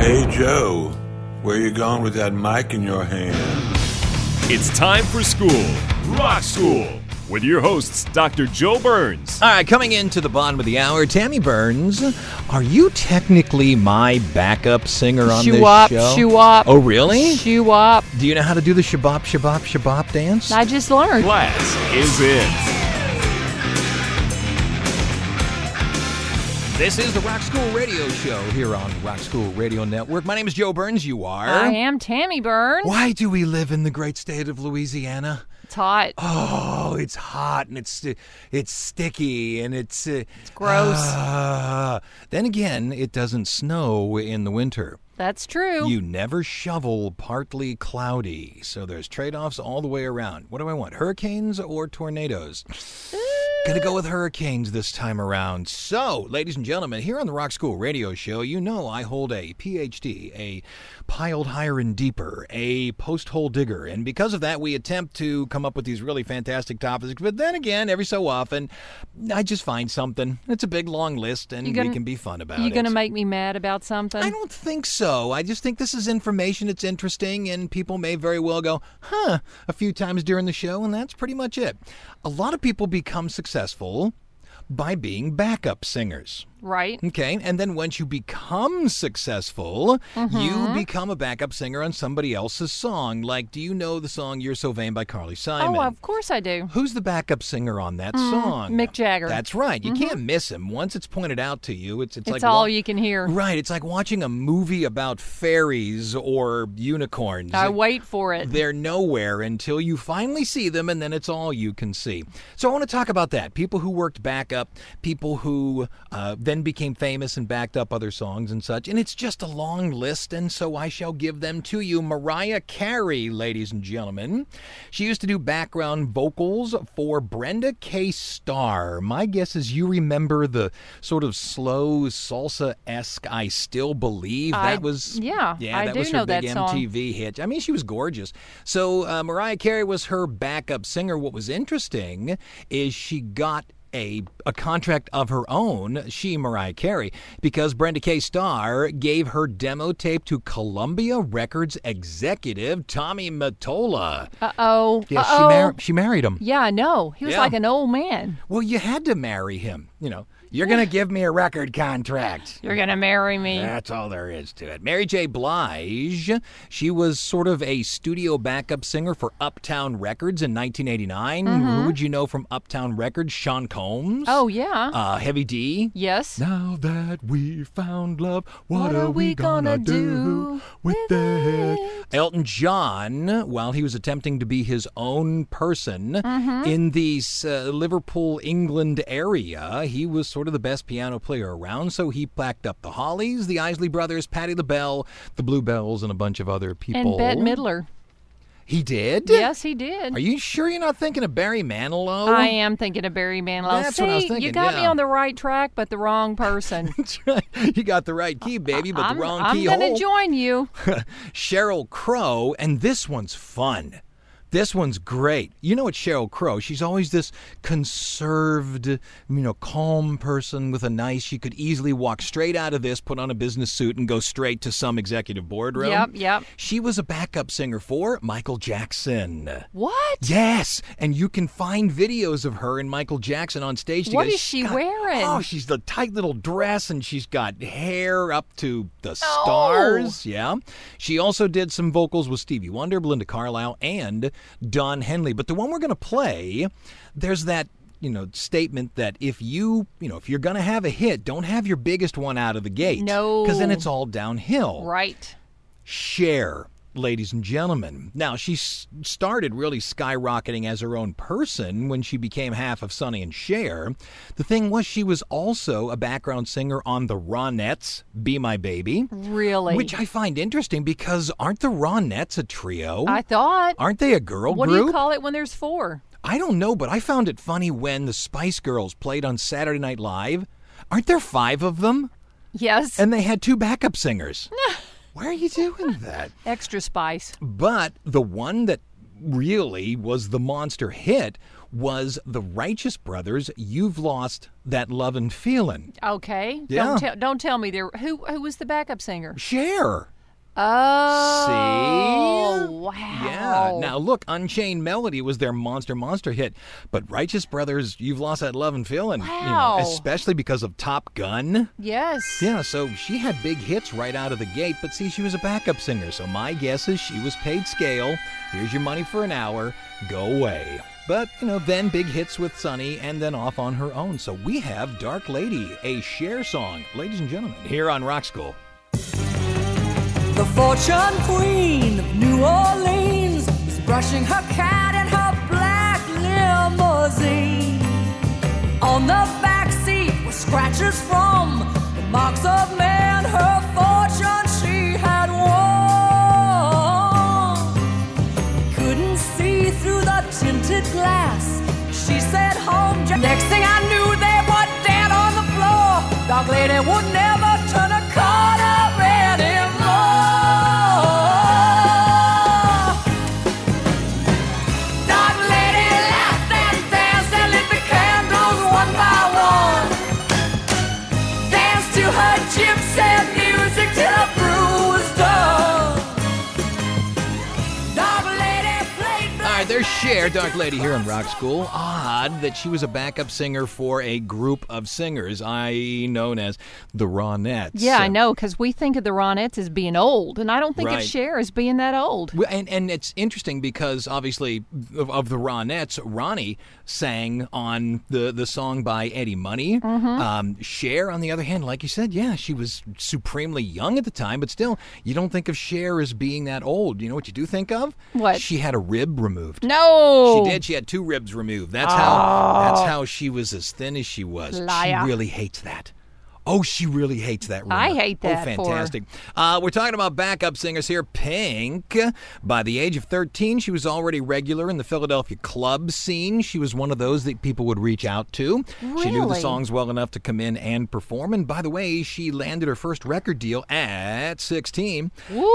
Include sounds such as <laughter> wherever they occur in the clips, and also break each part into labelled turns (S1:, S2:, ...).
S1: Hey Joe, where you going with that mic in your hand?
S2: It's time for school, rock school, with your hosts, Dr. Joe Burns.
S3: All right, coming into the bottom of the hour, Tammy Burns, are you technically my backup singer on this
S4: Shoo-wop,
S3: show?
S4: shoo-wop.
S3: Oh, really?
S4: Shoe up.
S3: Do you know how to do the shabop, shabop, shabop dance?
S4: I just learned.
S2: Class is in.
S3: This is the Rock School Radio Show here on Rock School Radio Network. My name is Joe Burns. You are.
S4: I am Tammy Burns.
S3: Why do we live in the great state of Louisiana?
S4: It's hot.
S3: Oh, it's hot and it's it's sticky and it's uh, it's
S4: gross.
S3: then again, it doesn't snow in the winter.
S4: That's true.
S3: You never shovel partly cloudy. So there's trade offs all the way around. What do I want? Hurricanes or
S4: <sighs>
S3: tornadoes? Gonna go with hurricanes this time around. So, ladies and gentlemen, here on the Rock School Radio Show, you know I hold a PhD, a piled higher and deeper, a post hole digger. And because of that, we attempt to come up with these really fantastic topics. But then again, every so often, I just find something. It's a big long list, and
S4: You gonna-
S3: we can be fun about
S4: you
S3: it.
S4: gonna make me mad about something?
S3: I don't think so. I just think this is information that's interesting, and people may very well go, huh, a few times during the show, and that's pretty much it. A lot of people become successful by being backup singers.
S4: right.
S3: Okay, and then once you become successful, you
S4: Mm-hmm.
S3: become a backup singer on somebody else's song. Like, do you know the song You're So Vain by Carly Simon?
S4: Oh, of course I do.
S3: Who's the backup singer on that song?
S4: Mick Jagger. Mm-hmm.
S3: That's right. You can't miss him. Once it's pointed out to you, it's it's,
S4: It's
S3: like
S4: all
S3: wa-
S4: you can hear.
S3: Right. It's like watching a movie about fairies or unicorns.
S4: I wait for it.
S3: They're nowhere until you finally see them, and then it's all you can see. So I want to talk about that. People who worked back up, people who uh, then became famous and backed up other songs and such. And it's just a long list, and so I shall give them to you. Mariah Carey, ladies and gentlemen. She used to do background vocals for Brenda K. Starr. My guess is you remember the sort of slow salsa esque I Still Believe.
S4: I-
S3: that was
S4: yeah,
S3: yeah,
S4: I
S3: that
S4: do
S3: was her
S4: know that
S3: big
S4: song.
S3: MTV. MTV hit. I mean, she was gorgeous. So uh, Mariah Carey was her backup singer. What was interesting is she got. A, a contract of her own, she, Mariah Carey, because Brenda K. Starr gave her demo tape to Columbia Records executive Tommy Mottola.
S4: Uh oh.
S3: Yeah,
S4: Uh
S3: she,
S4: oh.
S3: mar- she married him.
S4: yeah, I know. He was
S3: Yeah.
S4: like an old man.
S3: Well, you had to marry him. You know, you're going to give me a record contract.
S4: You're gonna marry me.
S3: That's all there is to it. Mary J. Blige, she was sort of a studio backup singer for Uptown Records in 1989. Who would you know from Uptown Records? Sean Combs.
S4: Mm-hmm. Oh yeah.
S3: Uh, Heavy D.
S4: yes.
S3: Now that we found love,
S4: What are we gonna do with it?
S3: Elton John, while he was attempting to be his own person
S4: Mm-hmm.
S3: in the uh, Liverpool, England area, he was sort of the best piano player around, so he packed up the Hollies, the Isley Brothers, Patti LaBelle, the Bluebells, and a bunch of other people.
S4: And Bette Midler.
S3: He did?
S4: Yes, he did.
S3: Are you sure you're not thinking of Barry Manilow? <laughs>
S4: I am thinking of Barry Manilow.
S3: That's
S4: See,
S3: what I was thinking,
S4: you got me
S3: yeah.
S4: on the right track, but the wrong person.
S3: That's right. You got the right key, baby, <laughs> but
S4: I'm,
S3: the wrong
S4: I'm
S3: key
S4: gonna
S3: hole.
S4: join you.
S3: Cheryl Crow, and this one's fun. This one's great. You know what Cheryl Crow? She's always this conserved, you know, calm person with a nice. She could easily walk straight out of this, put on a business suit, and go straight to some executive boardroom.
S4: Yep, yep.
S3: She was a backup singer for Michael Jackson.
S4: What?
S3: Yes, and you can find videos of her and Michael Jackson on stage.
S4: What
S3: together.
S4: is she
S3: She's got-
S4: wearing?
S3: Oh, she's the tight little dress, and she's got hair up to the stars. Yeah, she also did some vocals with Stevie Wonder, Belinda Carlisle, and Don Henley. But the one we're gonna play, there's that. You know, statement that if you, you know, if you're going to have a hit, don't have your biggest one out of the gate. Because then
S4: No.
S3: it's all downhill.
S4: Right.
S3: Share. ladies and gentlemen. Now, she s- started really skyrocketing as her own person when she became half of Sonny and Cher. The thing was, she was also a background singer on the Ronettes, Be My Baby.
S4: Really?
S3: Which I find interesting because aren't the Ronettes a trio?
S4: I thought.
S3: aren't they a girl
S4: what
S3: group?
S4: do you call it when there's four?
S3: I don't know, but I found it funny when the Spice Girls played on Saturday Night Live. Aren't there five of them?
S4: Yes.
S3: And they had two backup
S4: <laughs>
S3: singers. Why are you doing that?
S4: Extra spice.
S3: But the one that really was the monster hit was the Righteous Brothers. You've lost that love and feeling.
S4: Okay.
S3: Yeah.
S4: Don't tell. Don't tell me there. Who who was the backup singer?
S3: Share.
S4: Oh.
S3: See?
S4: Wow.
S3: Yeah. Now look, Unchained Melody was their monster monster hit, but Righteous Brothers, you've lost that love and feeling. you know,
S4: Wow.
S3: especially because of Top Gun.
S4: Yes.
S3: Yeah, so she had big hits right out of the gate, but see, she was a backup singer, so my guess is she was paid scale. Here's your money for an hour, go away. But, you know, then big hits with Sonny and then off on her own. So we have Dark Lady, a share song, ladies and gentlemen, here on Rock School.
S5: The fortune queen of New Orleans is brushing her cat in her black limousine. On the back seat were scratches from the marks of man, her fortune she had won. Couldn't see through the tinted glass. She said home. Ja-" Next thing I knew, they were dead on the floor. Dog lady would never turn a corner anymore. Dark lady laughed and danced and lit the candles one by one. Danced to her gypsy music till her brew was done. Dark lady played.
S3: All right, there's
S5: black
S3: Cher,
S5: magic
S3: Dark
S5: till
S3: Lady
S5: the
S3: here in
S5: lights
S3: Rock School. Odd that she was a backup singer for a group of singers, i.e., known as the Ronettes.
S4: Yeah, I
S3: So-
S4: know, because we think of the Ronettes as being old, and I don't think
S3: Right.
S4: of Cher as being that old.
S3: Well, And, and it's interesting because obviously of, of the Ronettes, Ronnie sang on the, the song by Eddie Money. Um, Cher, on the other hand, like you said, yeah, she was supremely young at the time, but still, you don't think of Cher as being that old. You know what you do think of?
S4: What?
S3: She had a rib removed.
S4: No.
S3: She did. She had two ribs removed. That's how. That's how she was as thin as she was.
S4: Oh. Liar.
S3: She really hates that. Oh, she really hates that. Rumor.
S4: I hate
S3: Oh,
S4: that for her.
S3: fantastic. Uh, we're talking about backup singers here. Pink. By the age of 13, she was already regular in the Philadelphia club scene. She was one of those that people would reach out to. She knew the
S4: Really?
S3: songs well enough to come in and perform. And by the way, she landed her first record deal at 16.
S4: Woo.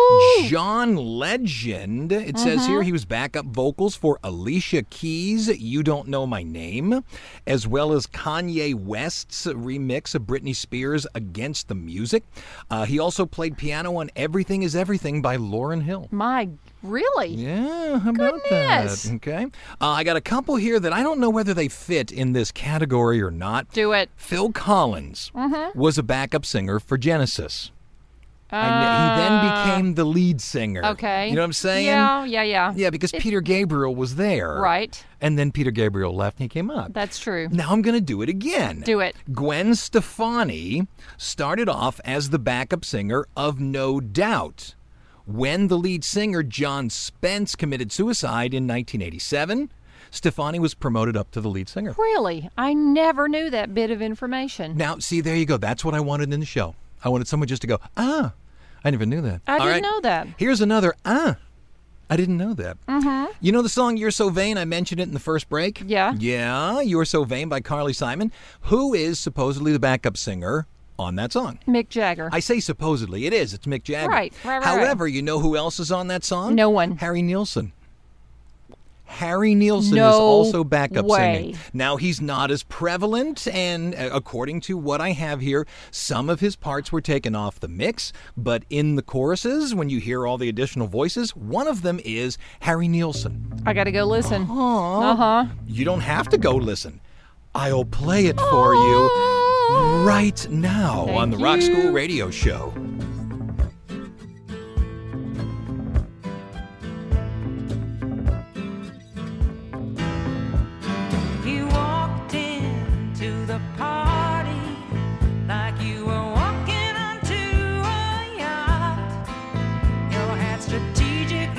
S3: John Legend. It says
S4: Uh-huh.
S3: here he was backup vocals for Alicia Keys' You Don't Know My Name, as well as Kanye West's remix of Britney Spears' Against the Music. Uh, he also played piano on Everything Is Everything by Lauren Hill.
S4: My, really?
S3: Yeah, how about
S4: Goodness.
S3: that? Okay. Uh, I got a couple here that I don't know whether they fit in this category or not.
S4: Do it.
S3: Phil Collins
S4: Mm-hmm.
S3: was a backup singer for Genesis. And he then became the lead singer.
S4: Uh, Okay.
S3: You know what I'm saying?
S4: Yeah, yeah, yeah.
S3: Yeah, because Peter Gabriel was there.
S4: Right.
S3: And then Peter Gabriel left and he came up.
S4: That's true.
S3: now I'm going to do it again.
S4: Do it.
S3: Gwen Stefani started off as the backup singer of No Doubt. When the lead singer John Spence committed suicide in 1987, Stefani was promoted up to the lead singer.
S4: Really? I never knew that bit of information.
S3: Now, see, there you go. That's what I wanted in the show. I wanted someone just to go, ah, I never knew that.
S4: I
S3: All
S4: didn't
S3: right.
S4: know that.
S3: Here's another, ah, I didn't know that. Mm-hmm. You know the song You're So Vain? I mentioned it in the first break.
S4: Yeah.
S3: Yeah, You're So Vain by Carly Simon, who is supposedly the backup singer on that song.
S4: Mick Jagger.
S3: I say supposedly. It is. It's Mick Jagger.
S4: Right, right, right,
S3: However, you know who else is on that song?
S4: No one.
S3: Harry Nielsen. Harry Nielsen is
S4: No
S3: also backup
S4: way.
S3: singing. Now he's not as prevalent, and uh, according to what I have here, some of his parts were taken off the mix. But in the choruses, when you hear all the additional voices, one of them is Harry Nielsen.
S4: I got to go listen.
S3: Uh-huh.
S4: Uh huh.
S3: You don't have to go listen. I'll play it for you right now on the Rock School Radio Show.
S5: You walked into the party like you were walking onto a yacht. Your hat strategic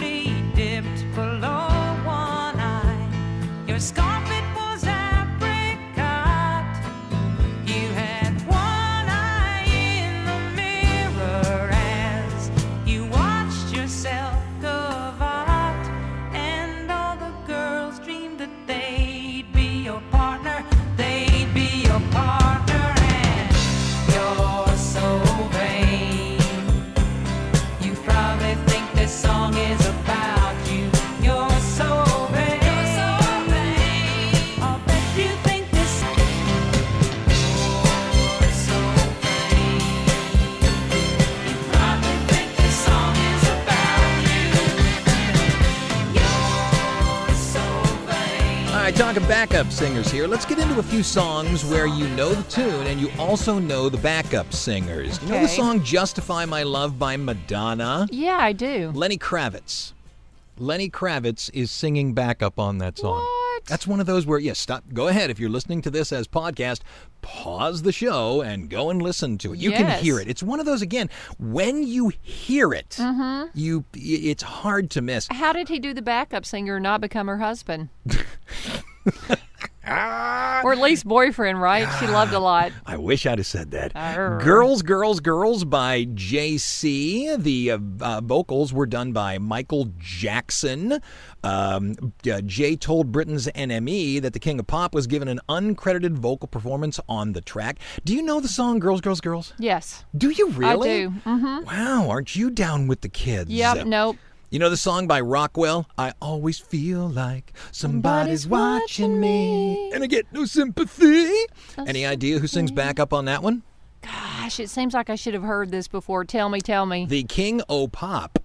S3: backup singers here. Let's get into a few songs where you know the tune and you also know the backup singers. Do You know the
S4: Okay.
S3: song Justify My Love by Madonna?
S4: Yeah, I do.
S3: Lenny Kravitz. Lenny Kravitz is singing backup on that song.
S4: What?
S3: That's one of those where, yes, stop. Go ahead. If you're listening to this as podcast, pause the show and go and listen to it. You can
S4: Yes.
S3: hear it. It's one of those again. When you hear it,
S4: Mm-hmm.
S3: you it's hard to miss.
S4: How did he do the backup singer and not become
S3: <laughs>
S4: her husband? or at least boyfriend, right? She loved a lot.
S3: I wish I'd have said that.
S4: Arr.
S3: Girls, Girls, Girls by JC. The uh, uh, vocals were done by Michael Jackson. Um, uh, Jay told Britain's NME that the King of Pop was given an uncredited vocal performance on the track. Do you know the song Girls, Girls, Girls?
S4: Yes.
S3: Do you really?
S4: do.
S3: Mm-hmm. Wow, aren't you down with the kids?
S4: Yep. Nope.
S3: You know the song by Rockwell? I always feel like somebody's
S4: Somebody's
S3: watching
S4: watching
S3: me
S4: me.
S3: and I get no sympathy. Any idea who sings back up on that one?
S4: Gosh, it seems like I should have heard this before. Tell me, tell me.
S3: The King O Pop.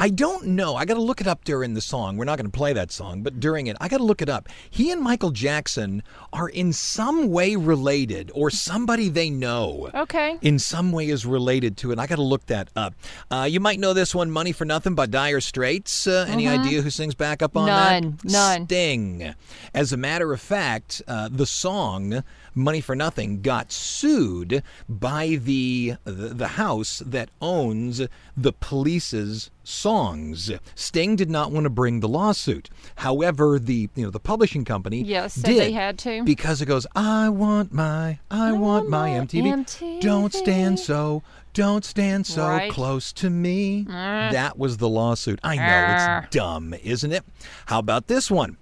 S3: I don't know. I got to look it up during the song. We're not going to play that song, but during it, I got to look it up. He and Michael Jackson are in some way related or somebody they know.
S4: Okay.
S3: in some way is related to it. I got to look that up. Uh, you might know this one, "Money for Nothing" by Dire Straits. Uh, Any idea who sings back up on
S4: Mm-hmm. None.
S3: that?
S4: None.
S3: Sting. As a matter of fact, uh, the song "Money for Nothing" got sued by the the, the house that owns the police's songs. Sting did not want to bring the lawsuit. However, the you know the publishing company
S4: Yes, said
S3: did
S4: they had to.
S3: because it goes I want my I, want, my MTV. Don't stand so, don't stand so
S4: Right. Mm.
S3: close to me. That was the lawsuit. I
S4: Ah.
S3: know, it's dumb, isn't it? How about this one?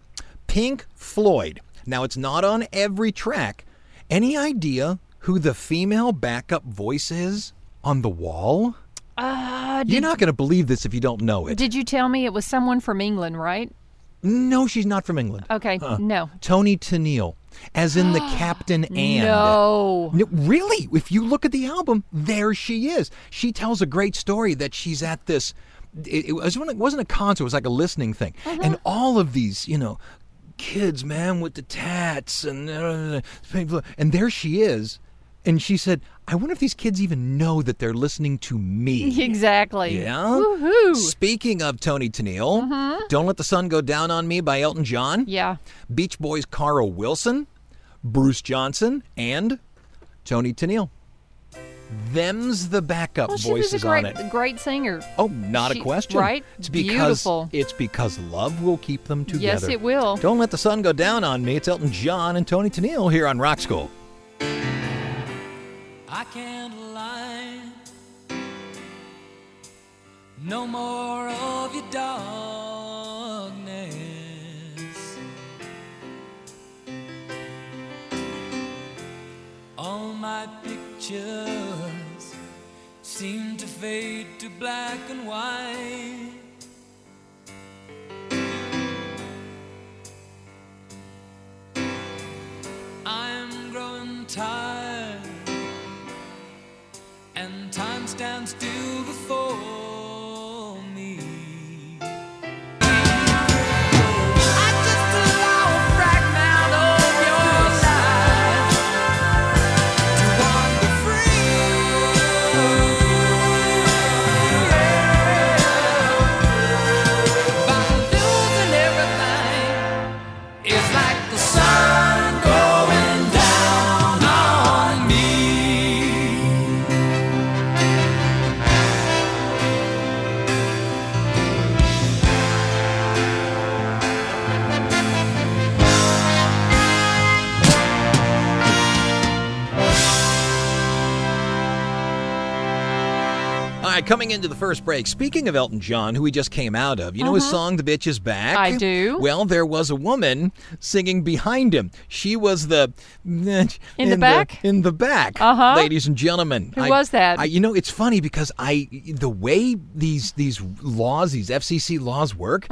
S3: Pink Floyd. Now, it's not on every track. Any idea who the female backup voice is on the wall?
S4: Uh,
S3: You're not going to believe this if you don't know it.
S4: did you tell me it was someone from England, right?
S3: no, she's not from England.
S4: Okay. No.
S3: Tony Tennille, as
S4: <gasps>
S3: in the Captain and.
S4: No.
S3: No, really, if you look at the album, there she is. She tells a great story that she's at this. It, it, was, it wasn't a concert; it was like a listening thing. And all of these, you know, kids, man, with the tats, and uh, people- and there she is. And she said, "I wonder if these kids even know that they're listening to me."
S4: <laughs> Exactly.
S3: Yeah.
S4: Woohoo.
S3: Speaking of Tony Tennille, "Don't Let the Sun Go Down on Me" by Elton John.
S4: Yeah.
S3: Beach Boys Carl Wilson, Bruce Johnson, and Tony Tennille. Them's the backup
S4: Well, she was a
S3: voices
S4: great,
S3: on it.
S4: great singer.
S3: Oh, not
S4: she-
S3: a question.
S4: right?
S3: It's because
S4: Beautiful.
S3: it's because love will keep them together.
S4: Yes, it will.
S3: Don't let the sun go down on me. It's Elton John and Tony Tennille here on Rock School.
S6: I can't lie. No more of your darkness. All my pictures seem to fade to black and white. I'm growing tired and time stands still before me.
S5: I just allow a fragment of your life to wander free. By losing everything, it's like the sun going down on me.
S3: All right, coming into the first break. Speaking of Elton John, who we just came out of, you know his song "The Bitch Is Back."
S4: Uh-huh. I do.
S3: Well, there was a woman singing behind him. She was the in,
S4: back?
S3: in the back.
S4: Uh-huh.
S3: Ladies and gentlemen,
S4: Who was that?
S3: I, you know, it's funny because I the way these these
S4: Uh-huh.
S3: laws, these FCC laws work,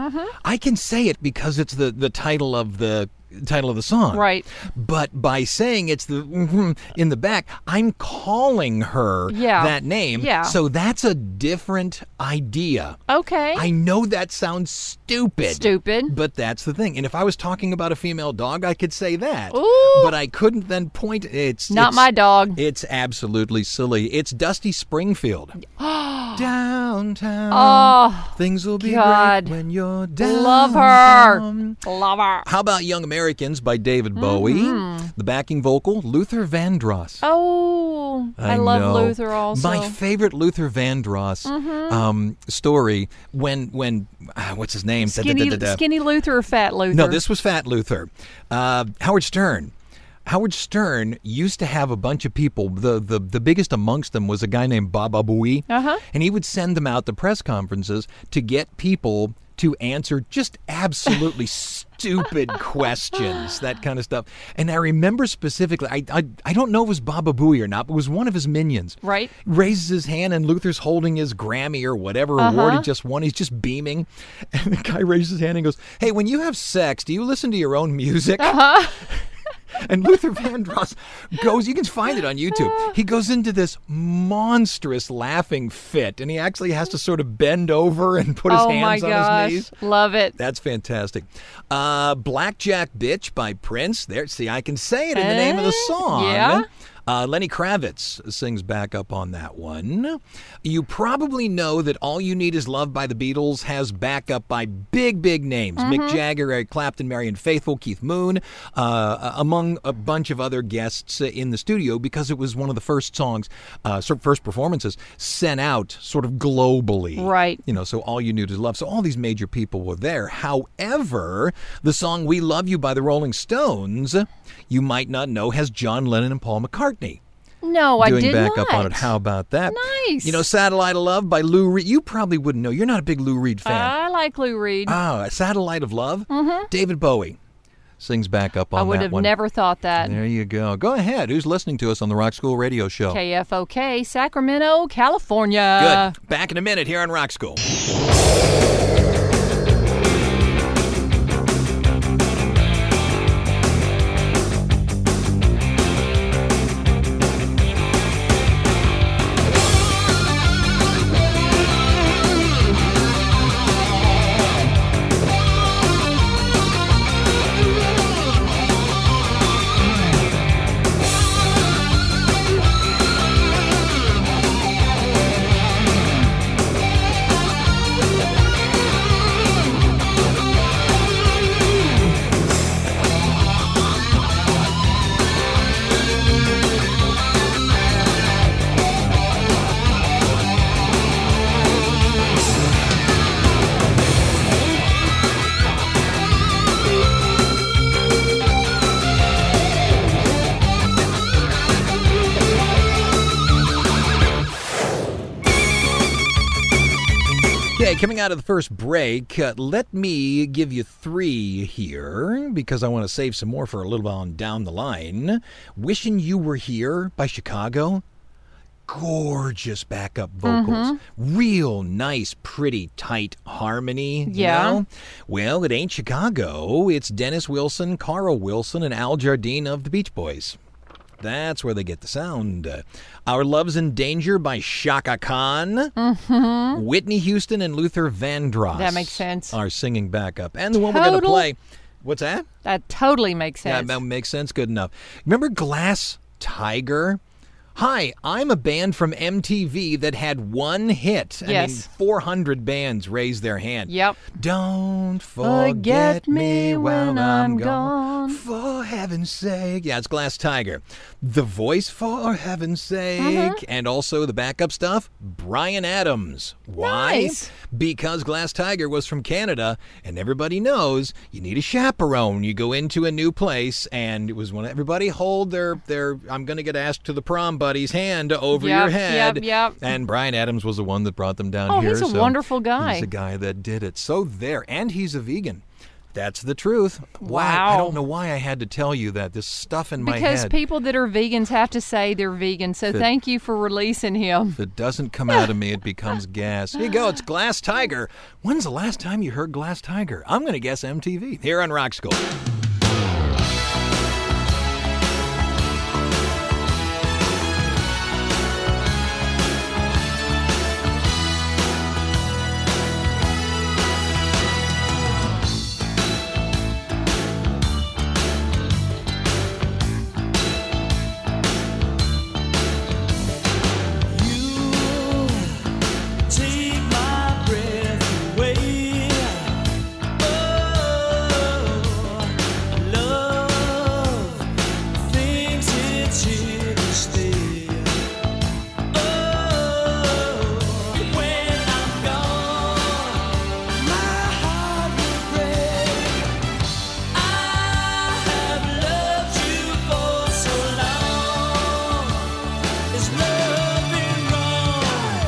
S3: I can say it because it's the the title of the title of the song.
S4: Right.
S3: But by saying it's the mhm in the back, I'm calling her
S4: Yeah.
S3: that name.
S4: Yeah.
S3: So that's a different idea.
S4: Okay.
S3: I know that sounds stupid.
S4: Stupid.
S3: But that's the thing. And if I was talking about a female dog, I could say that.
S4: Ooh.
S3: But I couldn't then point. It's
S4: Not
S3: it's-
S4: my dog.
S3: It's absolutely silly. It's Dusty
S4: <gasps>
S3: Springfield. downtown.
S4: Oh,
S3: Things will be
S4: God.
S3: great when you're downtown.
S4: love her.
S3: Mm.
S4: Love her.
S3: How about Young Americans by David Bowie?
S4: Mm-hmm.
S3: The backing vocal, Luther Vandross.
S4: Oh, I, love
S3: know.
S4: Luther also. Mm-hmm.
S3: My favorite Luther Vandross um, story when when ah, what's his name? Da- da- da-
S4: skinny,
S3: da- da.
S4: skinny Luther or fat Luther?
S3: No, this was Fat Luther. Uh, Howard Stern. Howard Stern used to have a bunch of people. The, the the biggest amongst them was a guy named Baba Booey.
S4: Uh-huh.
S3: And he would send them out to press conferences to get people to answer just
S4: <laughs>
S3: absolutely stupid questions, that kind of stuff. And I remember specifically, I, I, I don't know if it was Baba Booey or not, but it was one of his minions.
S4: Right. Uh-huh.
S3: Raises his hand, and Luther's holding his Grammy or whatever award he just won. He's just beaming. <laughs> And the guy raises his hand and goes, Hey, when you have sex, do you listen to your own music?
S4: Uh-huh.
S3: <laughs> And Luther Vandross goes, you can find it on YouTube.
S4: Uh.
S3: He goes into this monstrous laughing fit, and he actually has to sort of bend over and put his
S4: oh my
S3: hands on
S4: gosh,
S3: his knees.
S4: love it.
S3: That's fantastic. Uh, Blackjack Bitch by Prince. There, see, I can say it in the name of the song.
S4: yeah.
S3: Uh, Lenny Kravitz sings back up on that one. You probably know that All You Need Is Love by the Beatles has backup by big, big names
S4: Mm-hmm.
S3: Mick Jagger, Eric Clapton, Marion Faithful, Keith Moon, uh, among a bunch of other guests uh, in the studio because it was one of the first songs, uh, sort of first performances sent out sort of globally.
S4: Right.
S3: You know, so all you knew to love. So all these major people were there. However, the song We Love You by the Rolling Stones, you might not know, has John Lennon and Paul McCartney
S4: no, Oh, I
S3: doing
S4: did
S3: back
S4: not.
S3: up on it. How about that?
S4: Nice.
S3: You know, Satellite of Love by Lou Reed. You probably wouldn't know. You're not a big Lou Reed fan.
S4: I like Lou Reed.
S3: ah, Satellite of Love? Mm-hmm. David Bowie sings back up on
S4: I
S3: that
S4: would have
S3: one.
S4: never thought that.
S3: There you go. Go ahead. Who's listening to us on the Rock School Radio Show?
S4: KFOK, Sacramento, California.
S3: Good. Back in a minute here on Rock School. Okay, coming out of the first break, uh, let me give you three here because I want to save some more for a little while on down the line. Wishing You Were Here by Chicago. Gorgeous backup vocals. Real nice, pretty tight harmony. you
S4: Yeah.
S3: know? Well, it ain't Chicago. It's Dennis Wilson, Carl Wilson, and Al Jardine of the Beach Boys. That's where they get the sound. Uh, Our Love's in Danger by Shaka Khan. Whitney Houston and Luther Vandross.
S4: Mm-hmm. That makes sense.
S3: Are singing back up. And the one we're going to
S4: Total
S3: play. What's that?
S4: That totally makes
S3: Yeah,
S4: sense.
S3: that makes sense. Good enough. Remember Glass Tiger? Hi, I'm a band from MTV that had one hit. I mean,
S4: Yes.
S3: 400 bands raised their hand.
S4: Yep.
S3: Don't forget me when I'm gone.
S4: gone.
S3: For heaven's sake. Yeah, it's Glass Tiger. The voice for heaven's sake.
S4: Uh-huh.
S3: And also the backup stuff, Brian Adams. Why?
S4: Nice.
S3: Because Glass Tiger was from Canada, and everybody knows you need a chaperone. You go into a new place, and it was when everybody hold their their I'm going to get asked to the prom buddy's hand over
S4: Yep,
S3: your
S4: yep,
S3: head.
S4: yep.
S3: And Brian Adams was the one that brought them down
S4: Oh,
S3: here.
S4: he's a
S3: so
S4: wonderful guy.
S3: He's a guy that did it. So there, and he's a vegan. That's the truth. Why? I
S4: Wow.
S3: don't know why I had to tell you that. This stuff in my
S4: because
S3: head
S4: people that are vegans have to say they're vegan. So
S3: Fit.
S4: thank you for releasing him.
S3: if it doesn't come out of me, it becomes gas. Here you go. It's Glass Tiger. When's the last time you heard Glass Tiger? I'm going to guess MTV. Here on Rock School.
S6: it's here to stay. Oh, when I'm gone, my heart will break. I have loved you for so long. There's nothing wrong.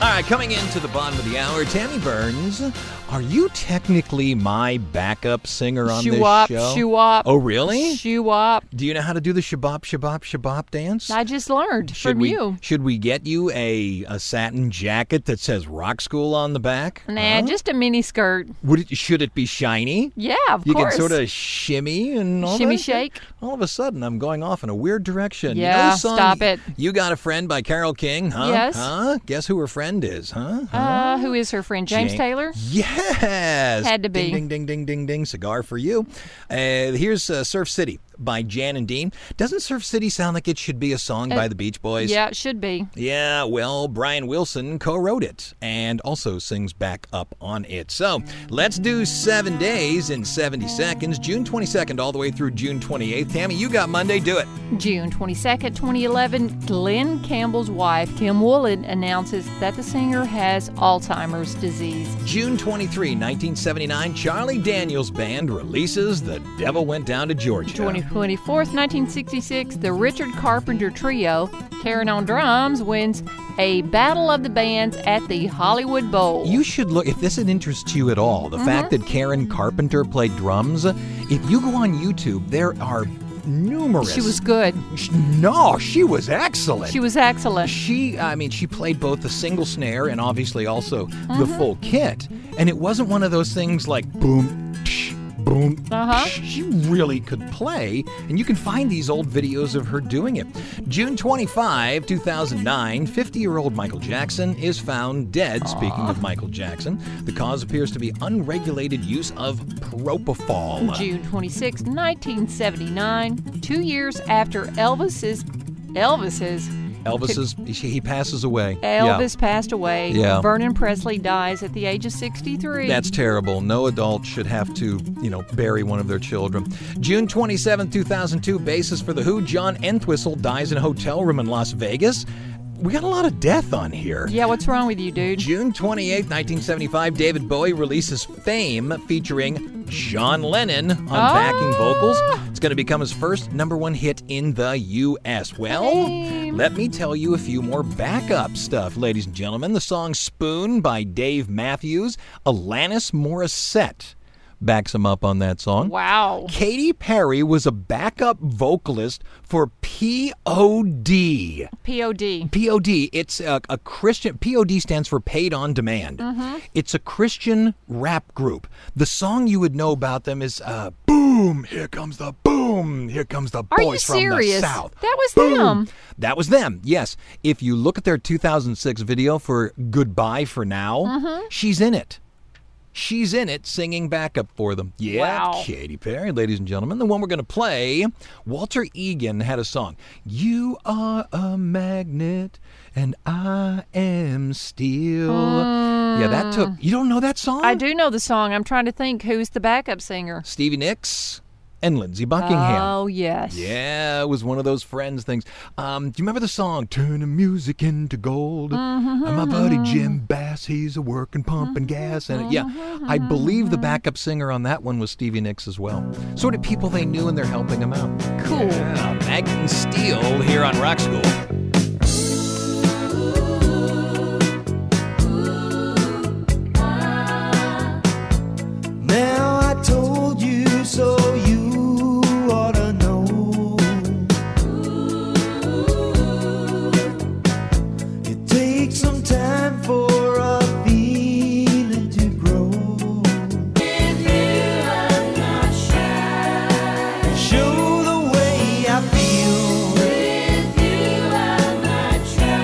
S3: All right, coming into the bottom of the hour, Tammy Burns, are you technically my backup singer on this
S4: Shoo-wop,
S3: show?
S4: shoo-wop.
S3: Oh, really?
S4: Shoo-wop.
S3: Do you know how to do the shabop, shabop, shabop dance?
S4: I just learned
S3: should
S4: from
S3: we,
S4: you.
S3: Should we get you a, a satin jacket that says Rock School on the back?
S4: Nah, just a mini skirt.
S3: Would it, should it be shiny?
S4: Yeah, of
S3: you
S4: course.
S3: can sort of shimmy and all
S4: Shimmy
S3: that.
S4: shake.
S3: All of a sudden, I'm going off in a weird direction. You know
S4: Yeah,
S3: the song,
S4: stop it.
S3: You got a friend by Carol King, huh?
S4: Yes.
S3: Huh? Guess who her friend is, huh? Huh?
S4: Uh, who is her friend? James
S3: Jane-
S4: Taylor?
S3: Yes.
S4: Had to be.
S3: Ding, ding, ding, ding, ding, ding. Cigar for you. Uh, here's uh, Surf City by Jan and Dean. Doesn't Surf City sound like it should be a song by the Beach Boys?
S4: Uh, Yeah, it should be.
S3: Yeah, well, Brian Wilson co wrote it and also sings back up on it. So let's do seven days in 70 seconds, June 22nd all the way through June 28th. Tammy, you got Monday, do it.
S4: June 22nd, 2011, Glenn Campbell's wife, Kim Woolen, announces that the singer has Alzheimer's disease.
S3: June 23, 1979, Charlie Daniels Band releases The Devil Went Down to Georgia.
S4: June 24th, 1966, the Richard Carpenter Trio, Karen on drums, wins a Battle of the Bands at the Hollywood Bowl.
S3: You should look, if this interests you at all, the fact
S4: Uh-huh.
S3: that Karen Carpenter played drums, if you go on YouTube, there are numerous.
S4: she was good.
S3: Sh- No, she was excellent.
S4: She was excellent.
S3: She, I mean, she played both the single snare and obviously also the
S4: Uh-huh.
S3: full kit. And it wasn't one of those things like boom, tsh, boom.
S4: Uh-huh.
S3: tsh. She really could play, and you can find these old videos of her doing it. June 25, 2009, 50 year old Michael Jackson is found dead. Speaking of Michael Jackson, the cause appears to be unregulated use of propofol.
S4: June 26, 1979, two years after Elvis's Elvis's
S3: Elvis's, he passes away. Yeah.
S4: Elvis passed away.
S3: Yeah.
S4: Vernon Presley dies at the age of 63.
S3: That's terrible. No adult should have to, you know, bury one of their children. June 27, 2002, bassist for The Who, John Entwistle, dies in a hotel room in Las Vegas. We got a lot of death on here.
S4: yeah, what's wrong with you, dude?
S3: June 28, 1975, David Bowie releases Fame featuring John Lennon on backing vocals. It's going to become his first number one hit in the U.S. Well, let me tell you a few more backup stuff, ladies and gentlemen. The song Spoon by Dave Matthews, Alanis Morissette backs him up on that song.
S4: Wow.
S3: Katy Perry was a backup vocalist for POD.
S4: POD.
S3: POD, it's a, a Christian. POD stands for Paid on Demand.
S4: Mm-hmm.
S3: It's a Christian rap group. The song you would know about them is uh, "Boom, Here Comes the Boom, Here Comes the
S4: Are you
S3: Boys from the
S4: serious?
S3: South."
S4: That was
S3: Boom.
S4: them.
S3: That was them. Yes. If you look at their 2006 video for "Goodbye for Now,"
S4: Mm-hmm.
S3: she's in it. She's in it singing backup for them. Yeah,
S4: Wow.
S3: Katy Perry, ladies and gentlemen. The one we're going to play, Walter Egan had a song. You are a magnet and I am steel. Yeah, that took. You don't know that song?
S4: Hmm. I do know the song. I'm trying to think who's the backup singer.
S3: Stevie Nicks and Lindsey Buckingham.
S4: Oh, yes.
S3: Yeah, it was one of those friends things. Um, do you remember the song "Turn the Music into Gold"?
S4: Mm-hmm,
S3: And My buddy Jim Bass, he's a working pumping gas, and yeah,
S4: mm-hmm,
S3: I believe the backup singer on that one was Stevie Nicks as well. Sort of people they knew, and they're helping them out.
S4: Cool.
S3: Yeah, Magnet and Steel here on Rock School.
S6: Now I told you so you ought to know. It takes some time for a feeling to grow. Show the way I feel. With you I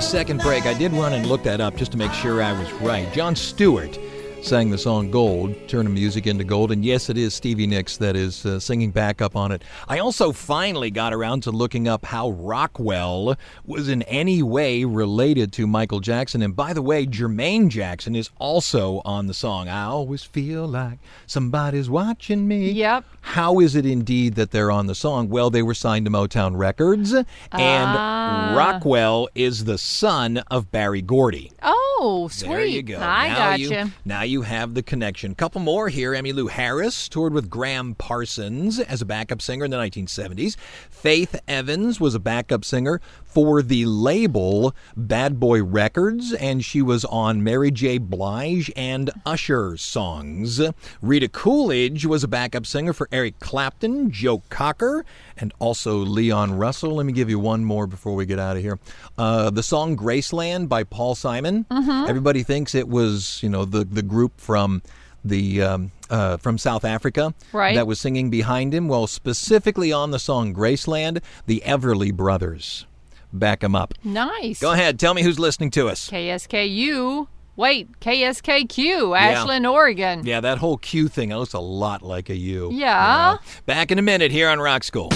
S3: second break, I did run and look that up just to make sure I was right. John Stewart sang the song Gold, turn the music into gold, and yes, it is Stevie Nicks that is uh, singing back up on it. I also finally got around to looking up how Rockwell was in any way related to Michael Jackson, and by the way, Jermaine Jackson is also on the song. I always feel like somebody's watching me.
S4: Yep.
S3: How is it indeed that they're on the song? Well, they were signed to Motown Records, and
S4: Ah.
S3: Rockwell is the son of Barry Gordy.
S4: Oh, sweet.
S3: There you go.
S4: I
S3: now
S4: gotcha.
S3: You, now you have the connection. Couple more here. Emmy Lou Harris toured with Graham Parsons as a backup singer in the 1970s. Faith Evans was a backup singer for the label Bad Boy Records, and she was on Mary J. Blige and Usher songs. Rita Coolidge was a backup singer for Eric Clapton, Joe Cocker, and also Leon Russell. Let me give you one more before we get out of here. Uh, the song Graceland by Paul Simon. Everybody thinks it was, you know, the, the group from the um, uh, from South Africa
S4: Right.
S3: that was singing behind him. Well, specifically on the song Graceland, the Everly Brothers back him up.
S4: nice.
S3: Go ahead, tell me who's listening to us.
S4: KSKU. Wait, KSKQ, Ashland, Oregon.
S3: Yeah, that whole Q thing it looks a lot like a U.
S4: Yeah.
S3: Back in a minute here on Rock School.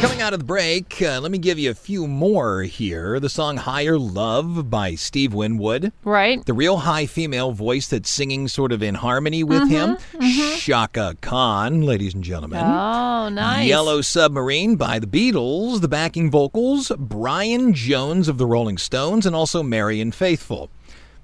S3: Coming out of the break, uh, let me give you a few more here. The song Higher Love by Steve Winwood.
S4: Right?
S3: The real high female voice that's singing sort of in harmony with him. Shaka Khan, ladies and gentlemen.
S4: Oh, nice.
S3: Yellow Submarine by the Beatles, the backing vocals, Brian Jones of the Rolling Stones, and also Marion Faithful.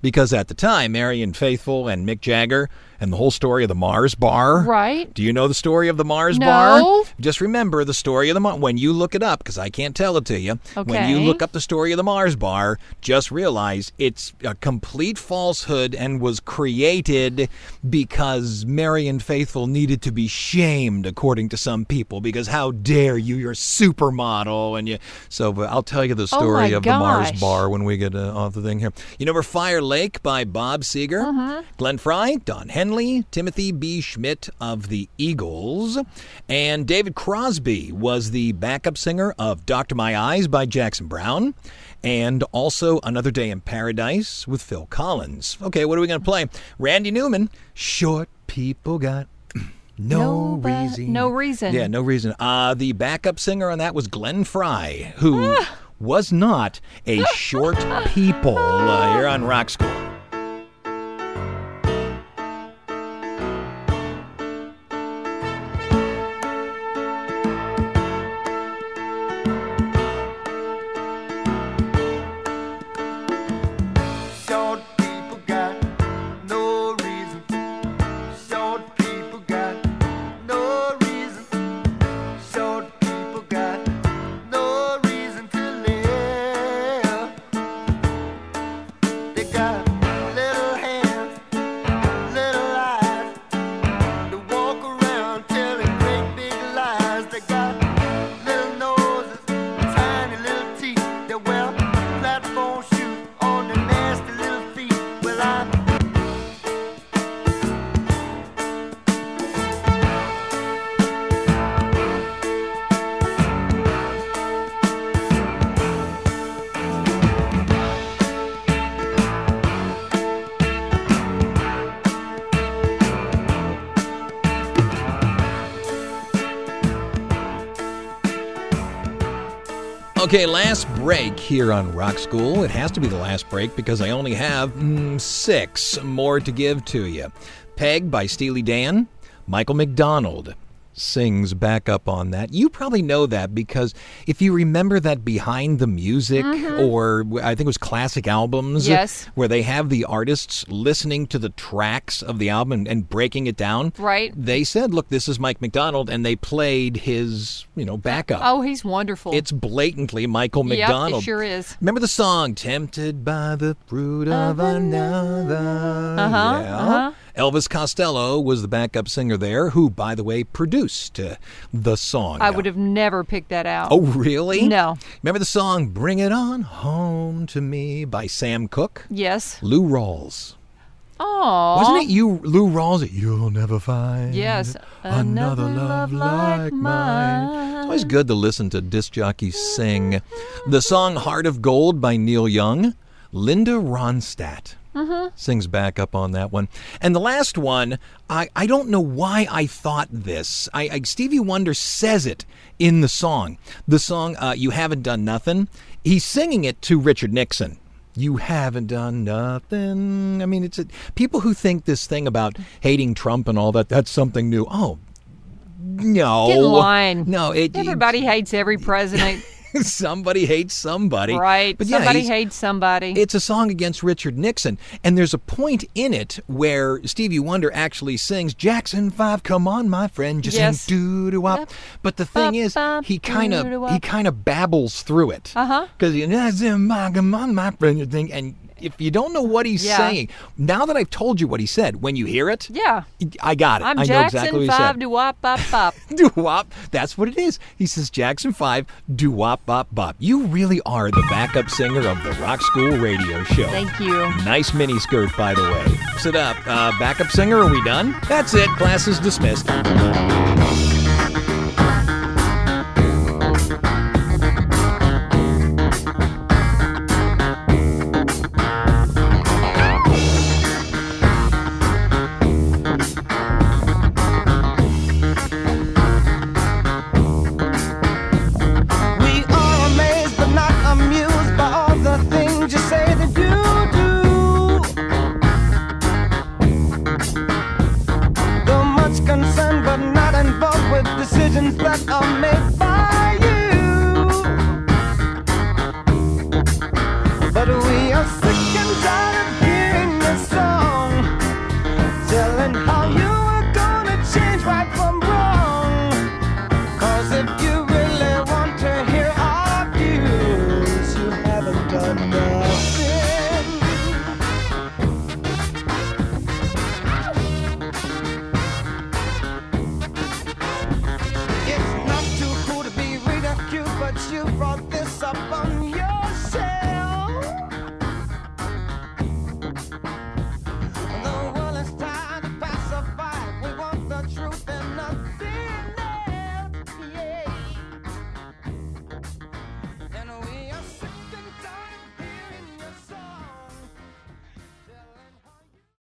S3: Because at the time, Marion Faithful and Mick Jagger and the whole story of the Mars Bar.
S4: Right.
S3: Do you know the story of the Mars
S4: No.
S3: Bar? Just remember the story of the Mars. When you look it up, because I can't tell it to you. When you
S4: Okay.
S3: look up the story of the Mars Bar, just realize it's a complete falsehood and was created because Marion Faithful needed to be shamed, according to some people. Because how dare you? You're a supermodel, and you. So but I'll tell you the
S4: Oh
S3: story
S4: my
S3: of the Mars
S4: gosh.
S3: Bar when we get uh, off the thing here. You remember Fire Lake by Bob Seger,
S4: Mm-hmm.
S3: Glenn Fry, Don Henley, Timothy B. Schmidt of the Eagles, and David Crosby was the backup singer of "Doctor My Eyes" by Jackson Brown, and also "Another Day in Paradise" with Phil Collins. Okay, what are we going to play? Randy Newman, "Short People Got." <clears throat> No,
S4: No, but-
S3: reason.
S4: no reason.
S3: Yeah, no reason. Uh, the backup singer on that was Glenn Fry, who was not a short people uh, here on Rock School.
S7: Short people got no reason. Short people got no reason. Short people got no reason to live. They got
S3: Okay, last break here on Rock School. It has to be the last break because I only have mm, six more to give to you. Peg by Steely Dan, Michael McDonald sings back up on that. You probably know that because if you remember that behind the music or I think it was classic albums
S4: Yes.
S3: where they have the artists listening to the tracks of the album and, and breaking it down.
S4: Right.
S3: They said, "Look, this is Mike McDonald," and they played his, you know, backup.
S4: Oh, he's wonderful.
S3: It's blatantly Michael
S4: Yep, it
S3: McDonald.
S4: sure is.
S3: Remember the song "Tempted by the Fruit of Another"?
S4: Uh-huh,
S3: Yeah.
S4: uh-huh.
S3: Elvis Costello was the backup singer there, who, by the way, produced uh, the song.
S4: I would have never picked that out.
S3: Oh, really?
S4: No.
S3: Remember the song "Bring It On Home to Me" by Sam Cooke,
S4: yes.
S3: Lou Rawls.
S4: Oh,
S3: Wasn't it you, Lou Rawls? You'll never find
S4: Yes,
S3: another,
S4: another
S3: love
S4: love
S3: like,
S4: like
S3: mine.
S4: mine.
S3: It's always good to listen to disc jockeys sing. The song "Heart of Gold" by Neil Young, Linda Ronstadt sings back up on that one. And the last one, I, I don't know why I thought this. I, I Stevie Wonder says it in the song. The song uh, "You Haven't Done Nothing." He's singing it to Richard Nixon. You haven't done nothing. I mean, it's a, people who think this thing about hating Trump and all that. That's something new. Oh. No.
S4: Get in line.
S3: No, it,
S4: Everybody hates every president,
S3: <laughs> somebody hates somebody.
S4: right?
S3: But yeah,
S4: somebody
S3: he's-
S4: hates somebody.
S3: it's a song against Richard Nixon, and there's a point in it where Stevie Wonder actually sings Jackson Five, come on, my friend, just
S4: Yes.
S3: sing doo doo wop. But the thing is,
S4: Ba-ba,
S3: he kind of
S4: doo-doo-wop. Uh-huh.
S3: he kind of babbles through it. Uh huh. Because you know, "Jackson, five, come on, my friend, you think, and if you don't know what he's
S4: Yeah.
S3: saying, now that I've told you what he said, when you hear it,
S4: yeah,
S3: I got it.
S4: I'm
S3: I know
S4: Jackson
S3: exactly what he
S4: Five
S3: said
S4: to wop bop bop.
S3: doo wop. That's what it is. He says Jackson 5, doo wop bop bop. You really are the backup singer of the Rock School Radio Show.
S4: Thank you.
S3: Nice mini skirt, by the way. Sit up. Uh, backup singer, are we done? That's it. Class is dismissed.